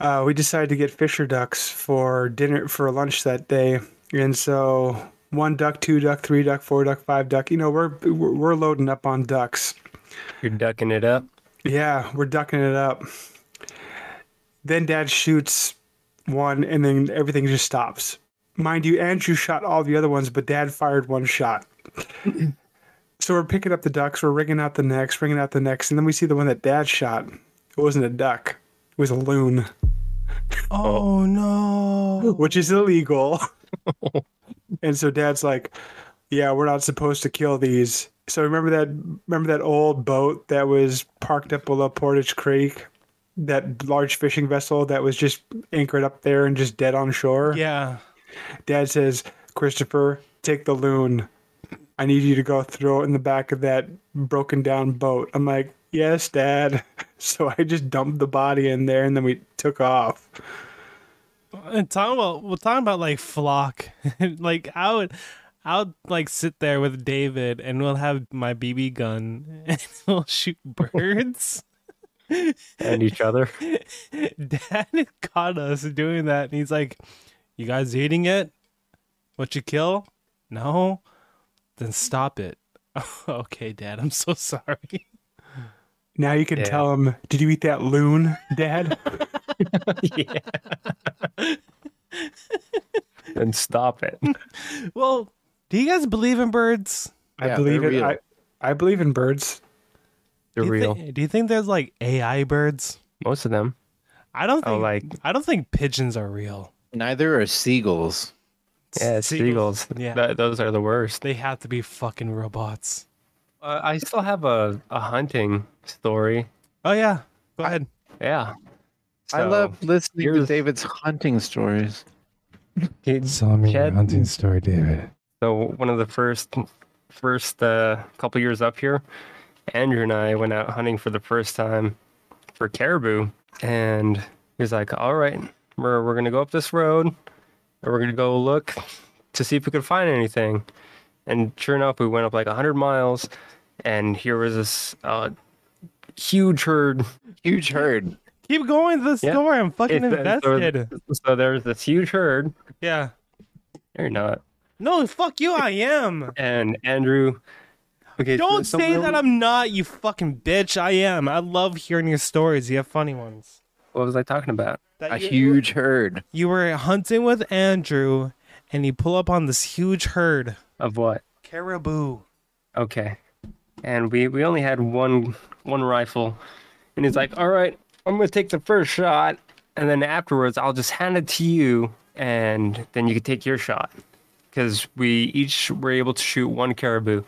uh, we decided to get fisher ducks for dinner for lunch that day and so one duck two duck three duck four duck five duck you know we're we're we're loading up on ducks
you're ducking it up.
yeah we're ducking it up then dad shoots one and then everything just stops mind you andrew shot all the other ones but dad fired one shot so we're picking up the ducks we're ringing out the next ringing out the next and then we see the one that dad shot it wasn't a duck it was a loon
Oh, no.
which is illegal and so dad's like yeah we're not supposed to kill these so remember that remember that old boat that was parked up below portage creek that large fishing vessel that was just anchored up there and just dead on shore
Yeah.
Dad says, Christopher, take the loon. I need you to go throw it in the back of that broken down boat. I'm like, yes, Dad. [LAUGHS] So I just dumped the body in there and then we took off.
And talking about we're talking about like flock. [LAUGHS] like I would I would like sit there with David and we'll have my BB gun [LAUGHS] and we'll shoot birds. [LAUGHS]
And each other.
Dad caught us doing that and he's like, You guys eating it? What you kill? No? Then stop it. [LAUGHS] okay, Dad, I'm so [LAUGHS] sorry.
Now you can tell him, did you eat that loon, [LAUGHS] Dad?
and stop [LAUGHS] it.
Well, do you guys believe in birds?
I
Yeah,
believe
they're
it.
real.
I, I believe in birds.
They're
do you
real.
thi- do you think there's like AI birds?
Most of them.
I don't
Oh,
think
like-
I don't think pigeons are real.
Neither are seagulls.
Yeah, seagulls.
Yeah.
Th- those are the worst.
They have to be fucking robots.
Uh, I still have a, a hunting story.
Oh yeah. Go ahead.
Yeah.
I
So,
love listening to
here's-
David's hunting stories.
kids-
Tell me
your Chad- hunting
story, David.
So one of the first first uh, couple years up here, Andrew and I went out hunting for the first time for caribou, and he was like, "All right, we're we're gonna go up this road, and we're gonna go look to see if we could find anything." And sure enough, we went up like hundred miles, and here was this uh, huge herd
Huge herd.
Keep going with the
Yeah.
story. I'm fucking
It- uh, so-
invested.
So there's this huge herd.
yeah.
They're not. [LAUGHS]
No, fuck you, I am.
And Andrew Okay,
Don't
so
say
we'll-
that I'm not, you fucking bitch. I am. I love hearing your stories. You have funny ones.
What was I talking about?
That
A
you-
huge herd.
You were hunting with Andrew, and you pull up on this huge herd
Of what?
caribou.
Okay. And we we only had one one rifle, and he's like, "All right, I'm gonna take the first shot, and then afterwards I'll just hand it to you, and then you can take your shot." Because we each were able to shoot one caribou,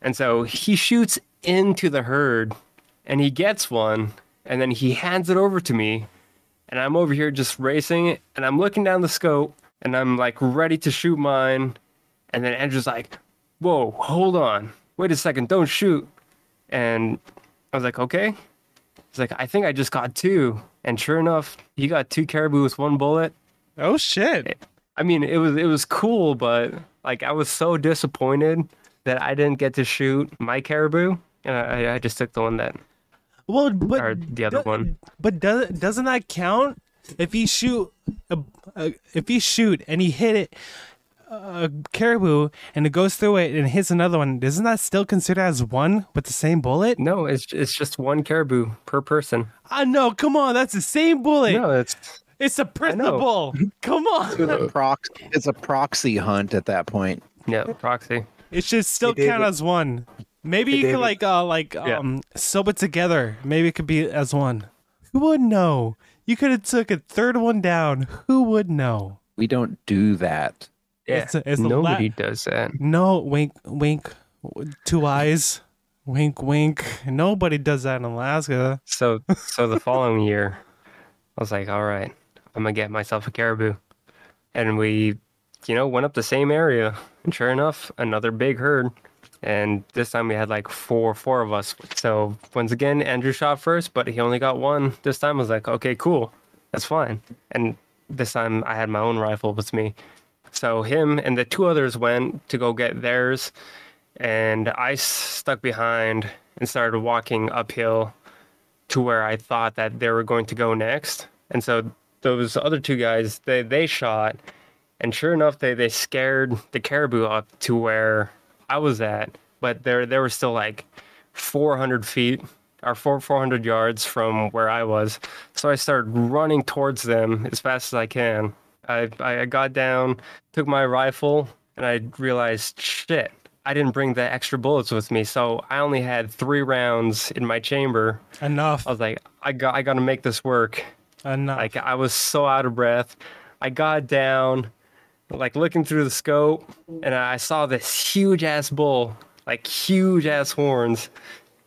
and so he shoots into the herd, and he gets one, and then he hands it over to me, and I'm over here just racing it, and I'm looking down the scope, and I'm like ready to shoot mine, and then Andrew's like, whoa, hold on. Wait a second, don't shoot. And I was like, okay. He's like, I think I just got two. And sure enough, he got two caribou with one bullet.
Oh shit!
I mean, it was it was cool, but like I was so disappointed that I didn't get to shoot my caribou. And I, I just took the one that
Well, but
or the other
do-
one.
But does doesn't that count? If you shoot, a, a, if you shoot and he hit it, a caribou, and it goes through it and hits another one, isn't that still considered as one with the same bullet?
No, it's it's just one caribou per person.
I know. Come on, that's the same bullet.
No, it's
It's a
know. [LAUGHS]
principle. Come on,
Uh,
Prox- it's a proxy hunt at that point.
yeah, proxy.
it should still
Hey,
count
David.
as one. Maybe
Hey,
you could
David.
like uh like
Yeah.
um sew it together. Maybe it could be as one. Who would know? You could have took a third one down. Who would know?
We don't do that.
Yeah.
It's a- it's a la-
Nobody does that.
No, wink, wink, w- two eyes, wink, wink. Nobody does that in Alaska.
So so the following year, I was like, all right, I'm gonna get myself a caribou, and we, you know, went up the same area, and sure enough, another big herd. And this time we had like four, four of us. So once again, Andrew shot first, but he only got one. This time I was like, okay, cool, that's fine. And this time I had my own rifle with me. So him and the two others went to go get theirs, and I s- stuck behind and started walking uphill to where I thought that they were going to go next. And so those other two guys, they, they shot, and sure enough, they, they scared the caribou up to where I was at. But there they were still like 400 feet or four 400 yards from where I was. So I started running towards them as fast as I can. I, I got down, took my rifle, and I realized shit. I didn't bring the extra bullets with me, so I only had three rounds in my chamber
Enough.
I was like, I got, I got to make this work.
Enough.
Like, I was so out of breath. I got down, like looking through the scope, and I saw this huge ass bull, like huge ass horns,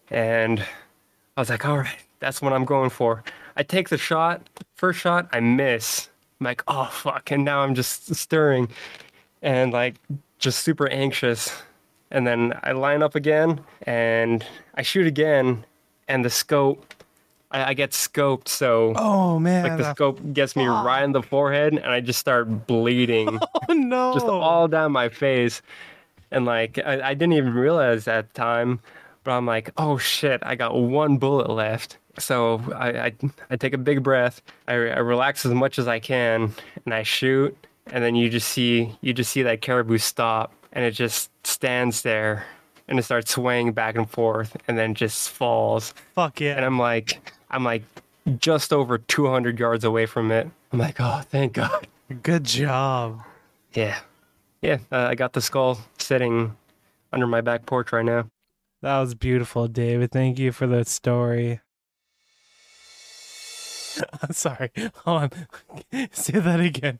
and I was like, all right, that's what I'm going for. I take the shot, first shot, I miss. I'm like, oh fuck, and now I'm just stirring, and like just super anxious. And then I line up again, and I shoot again, and the scope, I, I get scoped, so
oh man.
like the
[LAUGHS] I-
scope gets me right in the forehead and i just start bleeding
oh no.
just all down my face and like I, I didn't even realize at the time but i'm like oh shit i got one bullet left so i i, I take a big breath I, I relax as much as i can and i shoot and then you just see you just see that caribou stop and it just stands there and it starts swaying back and forth and then just falls
Fuck yeah.
and I'm like, I'm like just over 200 yards away from it. I'm like, oh, thank God.
Good job.
Yeah. Yeah. Uh, I got the skull sitting under my back porch right now.
That was beautiful, David. Thank you for that story. [LAUGHS] I'm sorry. Hold on. [LAUGHS] Say that again.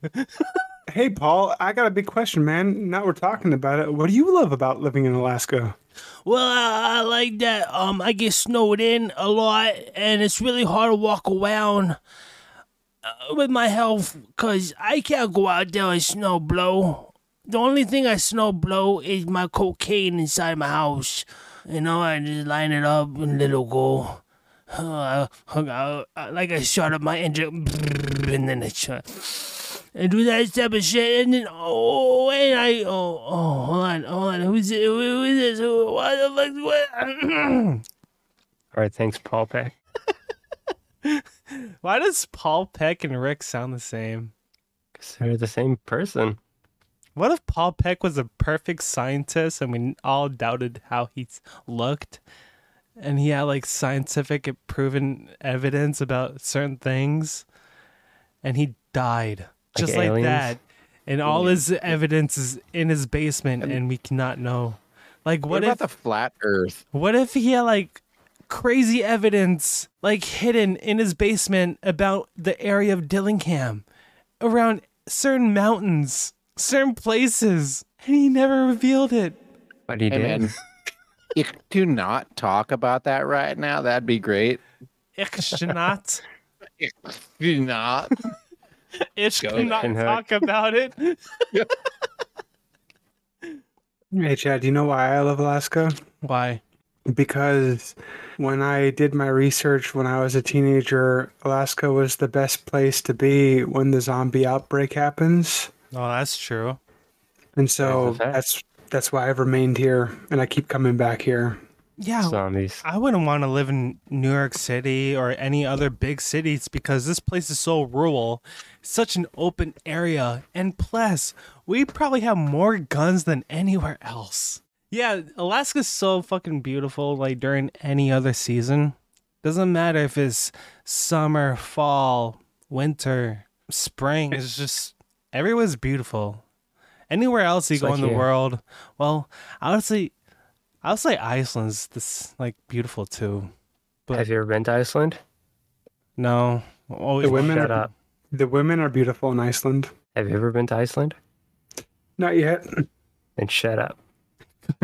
Hey, Paul, I got a big question, man. Now we're talking about it. What do you love about living in Alaska?
Well, I, I like that. Um, I get snowed in a lot, and it's really hard to walk around uh, with my health because I can't go out there and snow blow. The only thing I snow blow is my cocaine inside my house. You know, I just line it up and let it go. [SIGHS] Uh, I- I- like I shot up my engine, and then I shot and do that type of shit. And then, oh, wait, I, oh, oh, hold on, hold on. Who's it? Who, who is this? Who, why the fuck? What?
All right. Thanks, Paul Peck.
Why does Paul Peck and Rick sound the same?
Because they're the same person.
What if Paul Peck was a perfect scientist and we all doubted how he looked? And he had like scientific proven evidence about certain things. And he died
Like
just like
aliens?
that. And all his evidence is in his basement and we cannot know. Like,
What,
what,
about
if
the flat Earth?
what if he had like crazy evidence like hidden in his basement about the area of Dillingham around certain mountains, certain places, and he never revealed it?
But he
Hey, [LAUGHS]
did.
man, you do not talk about that right now. That'd be great.
Ichnot.
Do not.
Ich
Go
cannot
there.
talk about it.
Hey, Chad, do you know why I love Alaska?
Why?
Because when I did my research when I was a teenager, Alaska was the best place to be when the zombie outbreak happens.
Oh, that's true.
And so
That's a fact.
that's that's why I've remained here and I keep coming back here.
Yeah.
Zombies.
I wouldn't want to live in New York City or any other big cities because this place is so rural, such an open area, and plus, we probably have more guns than anywhere else. Yeah, Alaska's so fucking beautiful like during any other season. Doesn't matter if it's summer, fall, winter,
[LAUGHS]
spring. It's just everywhere's beautiful. Anywhere else you go
like
in the
here.
world, well, I would say I would say Iceland's this like beautiful too. But-
Have you ever been to Iceland?
No, Oh, always
The women
Shut
are
up.
the women are beautiful in Iceland.
Have you ever been to Iceland? [CLEARS THROAT]
Not yet.
Then shut up.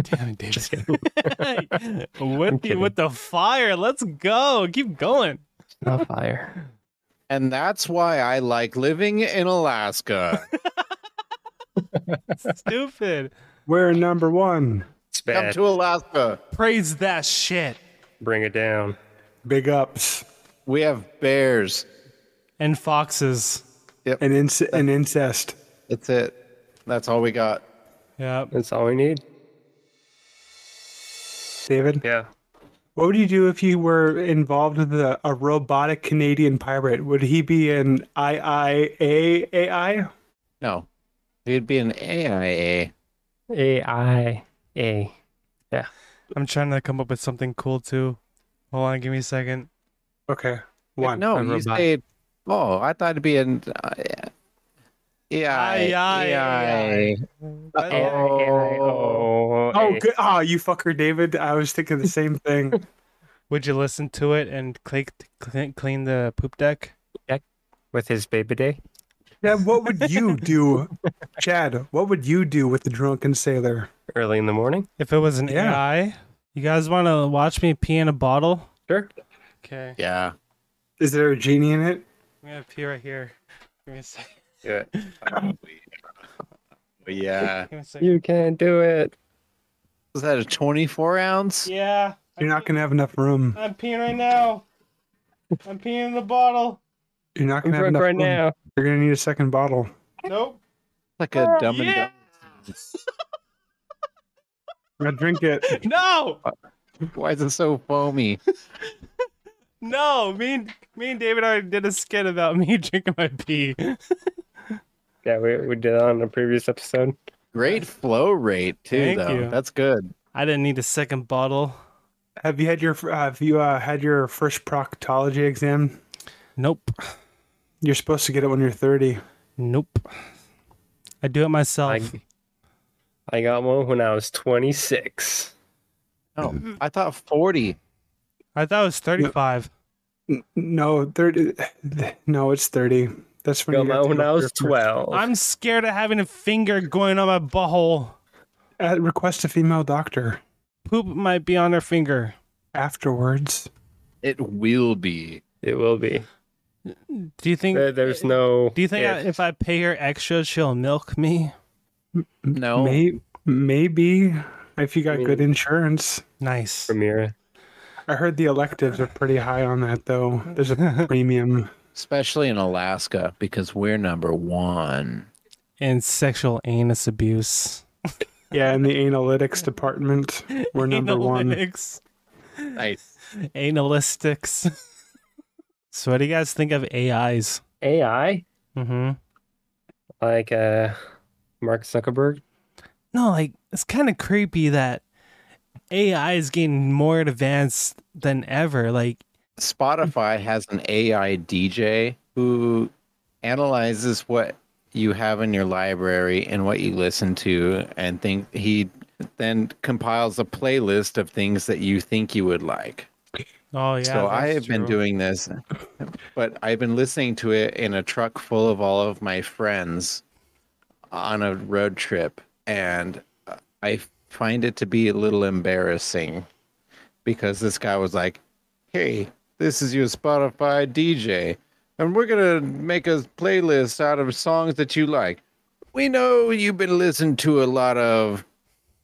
Damn it, David.
Just kidding. I'm
[LAUGHS] with you
kidding.
with the fire. Let's go. Keep going.
Oh,
Not fire.
And that's why I like living in
[LAUGHS]
Alaska.
Stupid.
We're number one.
It's
Come
bad.
to Alaska.
Praise that shit.
Bring it down.
Big ups.
We have bears.
And foxes.
And inc- and incest.
That's it. That's all we got.
Yep.
That's all we need.
David?
Yeah.
What would you do if you were involved with a, a robotic Canadian pirate? Would he be an IIAAI?
No. It'd be an AIA.
A I A.
I'm trying to come up with something cool too. Hold on, give me a second.
Okay, one.
No,
a
you
robot.
say. Oh, I thought it'd be an. Uh,
AI.
AI.
Oh.
Oh, good. Oh, you fucker, David. I was thinking the same
[LAUGHS]
thing.
Would you listen to it and click clean, clean the poop deck?
With his baby day.
yeah, what would you do, Chad? What would you do with the drunken sailor?
Early in the morning.
If it was an
Yeah.
AI, you guys want to watch me pee in a bottle?
Sure.
Okay.
Yeah.
Is there a genie in it?
I'm gonna pee right here. Give me a second.
Yeah. yeah.
Give me a second.
You can do it.
Was that a 24 ounce?
Yeah.
You're not gonna have enough room.
I'm peeing right now. I'm peeing in the bottle.
You're not
I'm
gonna have
drunk
enough
right
room.
now.
You're gonna need a second bottle.
Nope.
Like a dumb and
Yeah.
Now drink it.
No.
dumb. Why is it so foamy?
No. Me and me and David already did a skit about me [LAUGHS] drinking my pee.
Yeah, we, we did that on a previous episode.
Great flow rate too,
Thank
though.
you.
That's good.
I didn't need a second bottle.
Have you had your uh, Have you uh, had your first proctology exam?
Nope.
You're supposed to get it when you're 30.
Nope. I do it myself.
I- I got one when I was 26.
Oh,
Mm-hmm.
I thought 40.
I thought it was 35.
N- No, thirty. [SIGHS] No, it's thirty. That's when
Got
you
mine
got
when
to
I was
request-
12.
I'm scared of having a finger going on my butthole.
uh, request a female doctor
Poop might be on their finger.
afterwards.
It will be.
It will be.
Do you think?
There- There's no.
do you think I, if I pay her extra, she'll milk me?
No.
May, maybe if you got
mean-
good insurance.
Nice.
Premiere?
I heard the electives are pretty high on that though. There's a premium.
Especially in Alaska because we're number one.
And sexual anus abuse.
Yeah, in the analytics department, we're
[LAUGHS]
number one.
Analytics.
Nice.
Analistics. [LAUGHS] so, what do you guys think of AIs?
AI?
Mm-hmm.
Like, uh, Mark Zuckerberg.
No, like it's kind of creepy that AI is getting more advanced than ever. Like,
Spotify has an AI DJ who analyzes what you have in your library and what you listen to, and think he then compiles a playlist of things that you think you would like.
oh yeah.
so I have been doing this, but I've been listening to it in a truck full of all of my friends on a road trip, and I find it to be a little embarrassing because this guy was like, "Hey, this is your Spotify DJ, and we're gonna make a playlist out of songs that you like. We know you've been listening to a lot of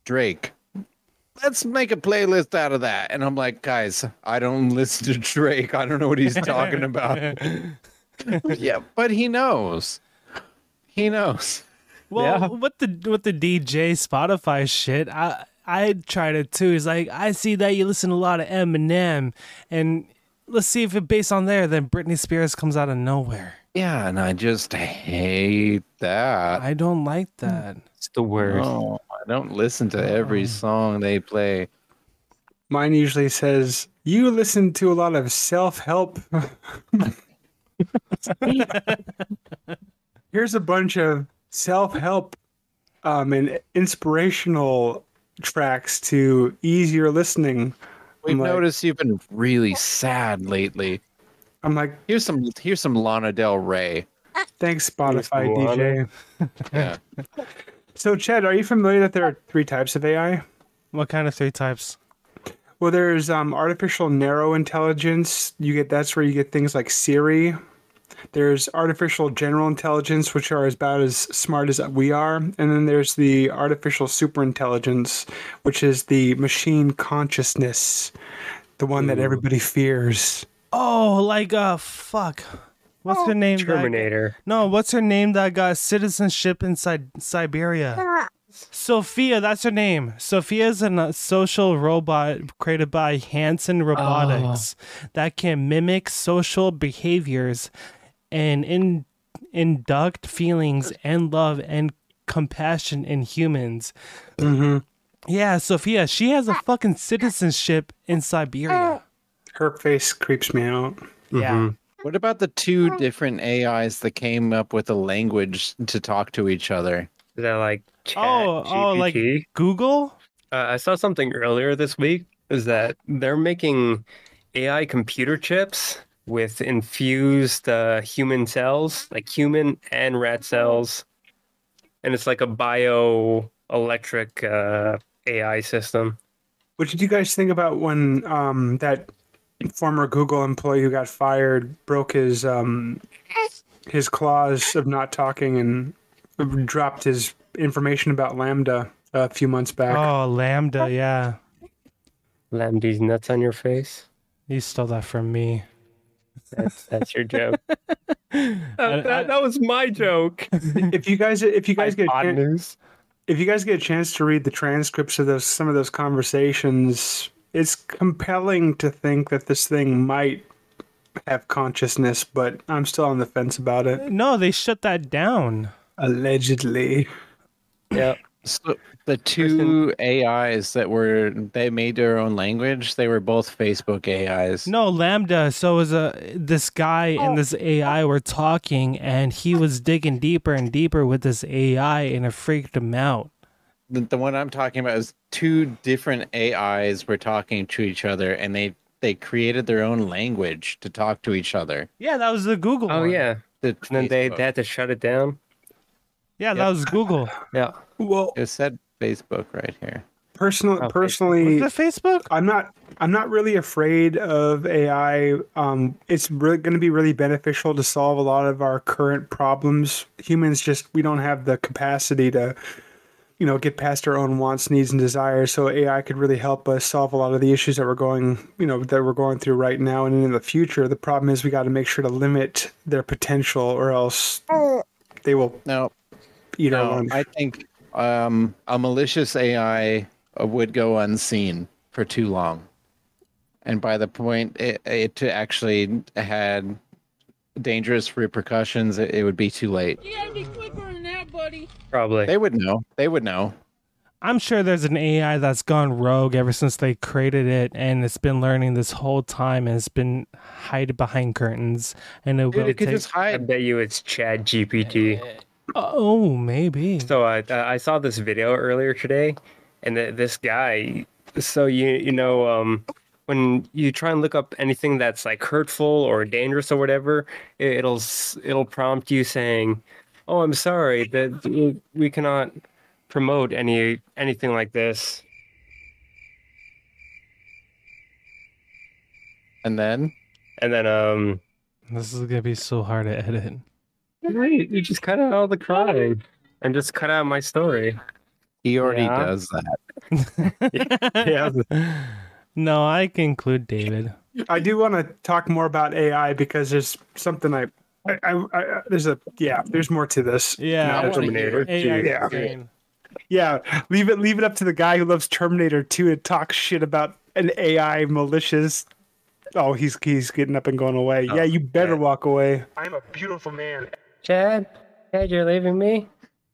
Drake." let's make a playlist out of that. And I'm like, guys, I don't [LAUGHS] listen to Drake. I don't know what he's talking about. yeah, but he knows. He knows.
Well, with the with the DJ Spotify shit, I I tried it too. He's like, I see that you listen to a lot of Eminem, and let's see if it based on there. Then Britney Spears comes out of nowhere.
Yeah, and I just hate that.
I don't like that.
It's the worst.
No, I don't listen to every song they play.
Mine usually says, You listen to a lot of self help. [LAUGHS] Here's a bunch of self help um, and inspirational tracks to ease your listening.
We've
I'm like-
noticed you've been really sad lately.
I'm like,
Here's some here's some Lana Del Rey.
Thanks, Spotify DJ.
Yeah.
So, Chad, are you familiar that there are three types of AI?
What kind of three types?
Well, there's um, artificial narrow intelligence. You get that's where you get things like Siri. There's artificial general intelligence, which are about as smart as we are, and then there's the artificial superintelligence, which is the machine consciousness, the one that everybody fears.
Oh, like uh, fuck. What's her name? that-
Terminator.
no, what's her name that got citizenship in Si- Siberia? Sophia, that's her name. Sophia is an, uh, social robot created by Hanson Robotics that can mimic social behaviors and in, induct feelings and love and compassion in humans. Yeah, Sophia, she has a fucking citizenship in Siberia.
Her face creeps me out.
Yeah.
What about the two different AIs that came up with a language to talk to each other?
Is that like chat
Oh, oh, like
GPT?
Google?
Uh, I saw something earlier this week is that they're making AI computer chips with infused uh, human cells, like human and rat cells. And it's like a bioelectric uh, AI system.
What did you guys think about when um, that former Google employee who got fired broke his um, his clause of not talking and dropped his information about Lambda a few months back?
Oh, Lambda, yeah.
Lam these nuts on your face.
You stole that from me.
That's, that's
[LAUGHS]
your joke. that,
I-
that- that was my joke.
If you guys if you guys get a
Odd
chan-
news.
if you guys get a chance to read the transcripts of those some of those conversations, it's compelling to think that this thing might have consciousness, but I'm still on the fence about it.
No, they shut that down.
Allegedly.
Yeah.
So the two AIs that were they made their own language. They were both Facebook AIs.
No, Lambda. So it was a this guy and this AI were talking, and he was digging deeper and deeper with this AI, and it freaked him out.
The, the one I'm talking about is two different AIs were talking to each other, and they they created their own language to talk to each other.
Yeah, that was the Google.
Oh,
one.
yeah.
The
And then they,
Facebook.
they had to shut it down.
yeah, that was [LAUGHS] Google.
Yeah.
Well,
it said Facebook right here.
personal personally
The Facebook.
I'm not. I'm not really afraid of AI. Um, it's really going to be really beneficial to solve a lot of our current problems. Humans just we don't have the capacity to, you know, get past our own wants, needs, and desires. So AI could really help us solve a lot of the issues that we're going, you know, that we're going through right now and in the future. The problem is we got to make sure to limit their potential, or else they will
No,
eat our
no,
lunch.
I think um, a malicious AI would go unseen for too long, and by the point it, it actually had dangerous repercussions, it, it would be too late.
You gotta be quicker than that, buddy. buddy.
Probably.
They would know. They would know.
I'm sure there's an AI that's gone rogue ever since they created it, and it's been learning this whole time, and it's been hiding behind curtains, and it
Dude,
will
it could
take.
just
I
hide.
bet you it's Chad GPT.
Oh, maybe.
So I uh, I saw this video earlier today, and th this guy. So you you know um, when you try and look up anything that's like hurtful or dangerous or whatever, it, it'll s- it'll prompt you saying, "Oh, I'm sorry that we- we cannot promote any anything like this."
And then
And then um,
This is gonna be so hard to edit.
right, you just cut out all the crying and just cut out my story.
he already
Yeah.
does that.
Yeah.
No, I can include David.
I do want to talk more about AI because there's something I, I, I, I there's a yeah, there's more to this.
Yeah.
I wanna
Terminator.
hear
AI
Dude.
Yeah.
screen.
Yeah, leave it leave it up to the guy who loves Terminator 2 to talk shit about an AI malicious. Oh, he's he's getting up and going away. yeah, you better walk away. I'm a beautiful man.
Chad, Chad, you're leaving me.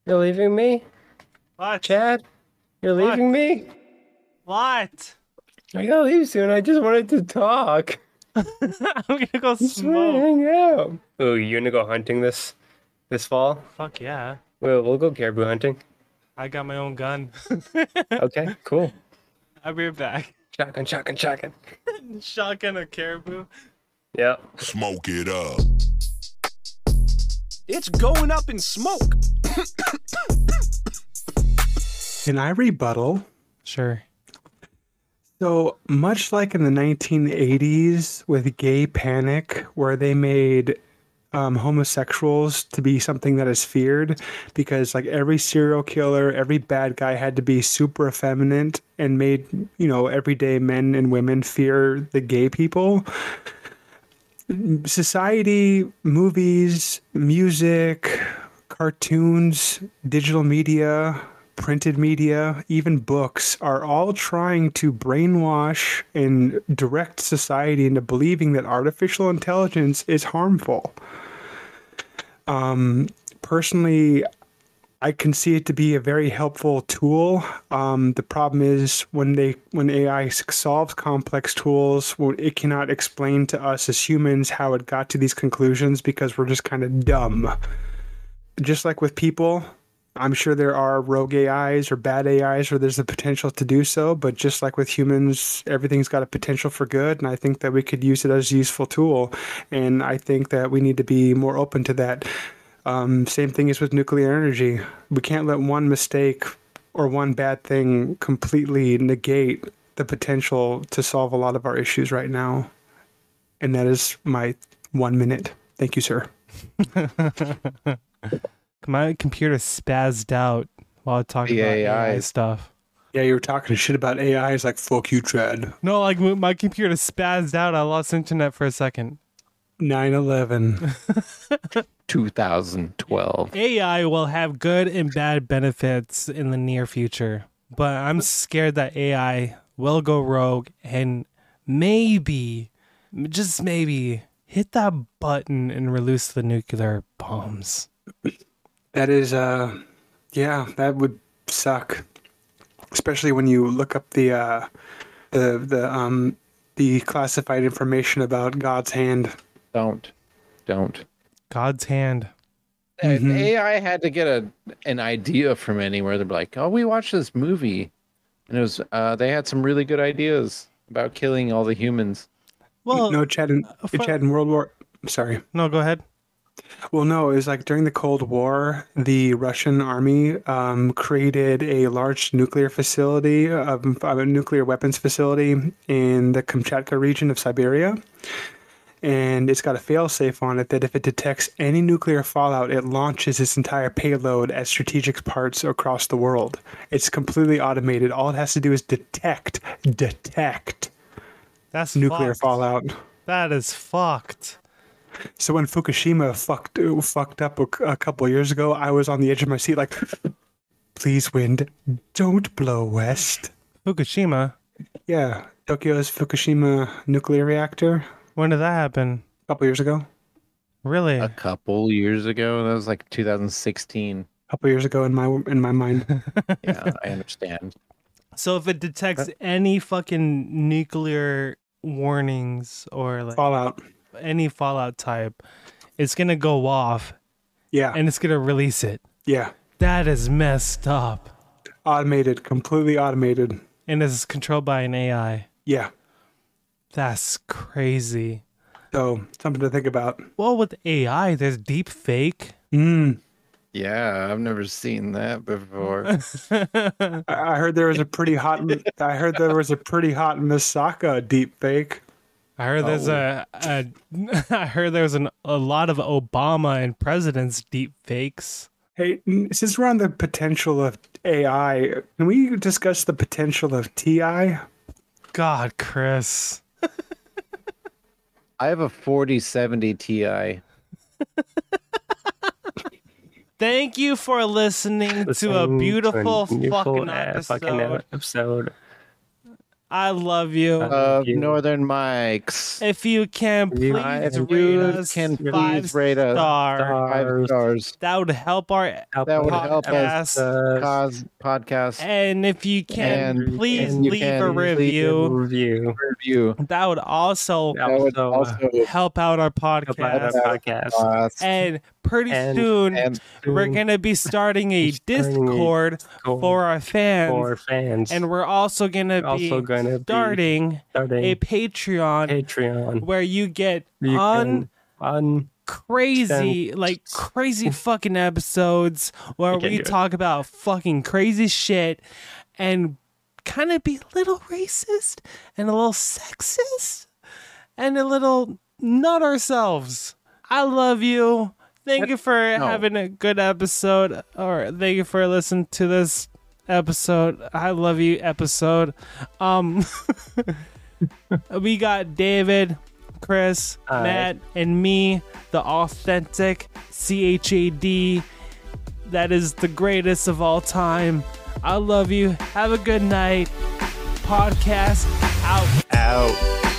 You're leaving me.
What?
Chad, you're leaving me?
What?
I
oh,
gotta leave soon. I just wanted
[LAUGHS]
to talk.
[LAUGHS] I'm gonna go
Just wanna
smoke.
hang out. Ooh, you gonna go hunting this this fall?
Fuck yeah.
We'll, we'll go
[LAUGHS]
caribou hunting.
I got my own gun. [LAUGHS]
Okay, cool.
I'll be right back. [LAUGHS]
Shotgun, shotgun, shotgun.
Shotgun a caribou.
Yep.
Smoke it up.
It's going up in smoke.
Can I rebuttal?
Sure.
So much like in the 1980s with gay panic, where they made um, homosexuals to be something that is feared, because like every serial killer, every bad guy had to be super effeminate and made you know everyday men and women fear the gay people. Society, movies, music, cartoons, digital media, printed media, even books are all trying to brainwash and direct society into believing that artificial intelligence is harmful. Um, personally, I can see it to be a very helpful tool. Um, the problem is when they when AI solves complex tools, well, it cannot explain to us as humans how it got to these conclusions because we're just kind of dumb. Just like with people, I'm sure there are rogue AIs or bad AIs where there's the potential to do so, but just like with humans, everything's got a potential for good, and I think that we could use it as a useful tool, and I think that we need to be more open to that. Um, same thing is with nuclear energy. We can't let one mistake or one bad thing completely negate the potential to solve a lot of our issues right now. And that is my one minute. Thank you, sir.
My computer spazzed out while talking
The
about AI.
AI.
stuff.
Yeah, you were talking shit about AI. It's like, fuck you, Chad.
No, like m- my computer spazzed out. I lost internet for a second.
9 11.
2012.
AI will have good and bad benefits in the near future, but I'm scared that AI will go rogue and maybe, just maybe, hit that button and release the nuclear bombs.
[LAUGHS] That is, uh, yeah, that would suck. Especially when you look up the, uh, the, the, um, the classified information about God's hand.
Don't. Don't.
God's hand.
If AI had to get a an idea from anywhere. They're like, oh, we watched this movie, and it was uh, they had some really good ideas about killing all the humans.
Well,
no, Chad in,
fu-
Chad in World War. I'm sorry.
no, go ahead.
Well, no, it was like during the Cold War, the Russian army um, created a large nuclear facility, um, a nuclear weapons facility in the Kamchatka region of Siberia. And it's got a failsafe on it that if it detects any nuclear fallout, it launches its entire payload at strategic parts across the world. It's completely automated. All it has to do is detect, detect
That's
nuclear
fucked.
fallout.
That is fucked.
So when Fukushima fucked uh, fucked up a, a couple years ago, I was on the edge of my seat, like, "Please, wind, don't blow west."
Fukushima.
Yeah, Tokyo's Fukushima nuclear reactor
When did that happen?
a couple years ago.
Really?
A couple years ago, that was like 2016.
couple years ago in my in my mind.
Yeah, [LAUGHS] I understand.
So if it
Uh,
detects any fucking nuclear warnings or like
Fallout.
any fallout type, it's gonna go off
Yeah.
and it's gonna release it.
yeah.
That is messed up.
Automated, completely automated.
And this is controlled by an AI.
Yeah.
That's crazy.
So something to think about.
Well, with AI, there's deep fake.
Mm.
Yeah, I've never seen that [LAUGHS] before.
I I heard there was a pretty hot. I heard there was a pretty hot Misaka deep fake.
I heard there's a, a [LAUGHS] I heard there's an, a lot of Obama and presidents deep fakes.
Hey, n- since we're on the potential of AI, can we discuss the potential of TI?
God, Chris.
I have a 4070 Ti.
Thank you for listening to a
Listening
beautiful,
to a beautiful,
fucking
uh,
episode.
fucking episode.
I love you.
Of
you.
Northern Mikes.
if you can, please
you-
if
rate
Uh, you
us
can
five
please rate us
star.
Five
Stars.
stars.
That would help our
That would help us.
Podcast.
Uh,
Cause podcast
And if you can,
And-
please
and you
leave
can
a
leave a
review.
review.
review.
That would also
That would
Also, uh,
also
help out our
Help out
podcast.
our podcast.
cost.
And pretty
And-
soon,
and
we're
soon
going to be starting a
starting a
Discord
Discord
for our fans.
for fans.
and we're also going to be
Also gonna be
starting
starting
a Patreon
Patreon.
where you get
You
on
can- on
crazy,
Then-
like crazy fucking episodes where
You can
we
do it.
talk about fucking crazy shit and kind of be a little racist and a little sexist and a little not ourselves. I love you. Thank you for
No.
having a good episode, or thank you for listening to this episode. I love you, episode. Um, [LAUGHS] we got David, Chris,
Hi.
Matt, and me, the authentic CHAD. That is the greatest of all time. I love you. Have a good night. Podcast out.
out.